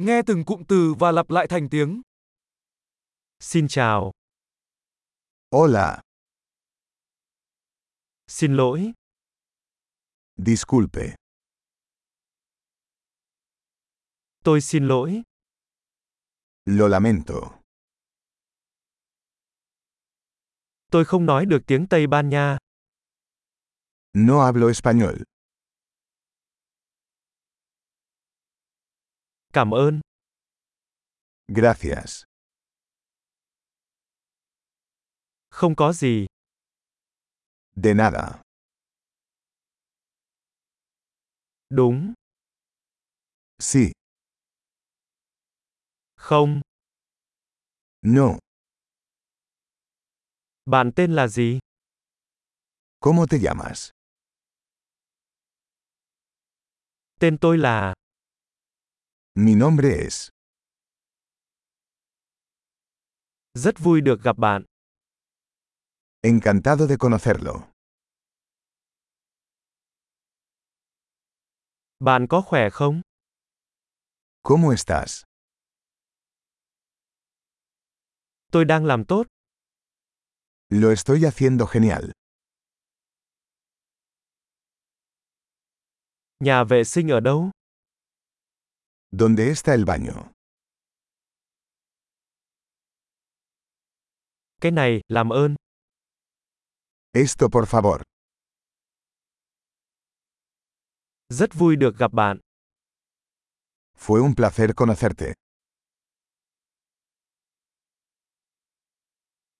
Nghe từng cụm từ và lặp lại thành tiếng. Xin chào, Hola, xin lỗi, disculpe, tôi xin lỗi, lo lamento, tôi không nói được tiếng Tây Ban Nha, no hablo español, cảm ơn, gracias, không có gì, de nada, đúng, sí, không, no, bạn tên là gì? ¿cómo te llamas? Tên tôi là, Mi nombre es, rất vui được gặp bạn, encantado de conocerlo, bạn có khỏe không? ¿cómo estás? Tôi đang làm tốt, Lo estoy haciendo genial, nhà vệ sinh ở đâu? ¿dónde está el baño? Cái này, làm ơn, Esto por favor, rất vui được gặp bạn, fue un placer conocerte,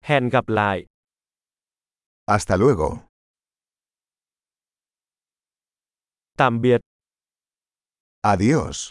hẹn gặp lại, hasta luego, tạm biệt, adiós.